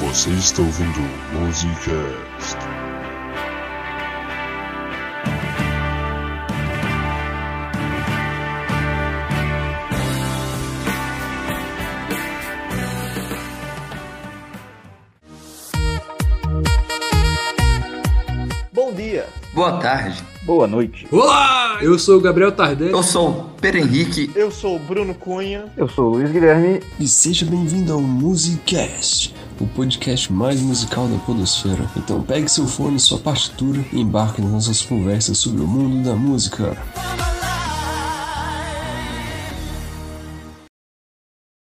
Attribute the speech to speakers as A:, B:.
A: Você está ouvindo Musicast.
B: Bom dia,
C: Boa tarde.
B: boa noite.
D: Olá! Eu sou o Gabriel Tardelli.
C: Eu sou o Pedro Henrique.
B: Eu sou o Bruno Cunha.
E: Eu sou o Luiz Guilherme.
F: E seja bem-vindo ao Musicast, o podcast mais musical da Podosfera. Então pegue seu fone e sua partitura e embarque nas nossas conversas sobre o mundo da música.
G: Mama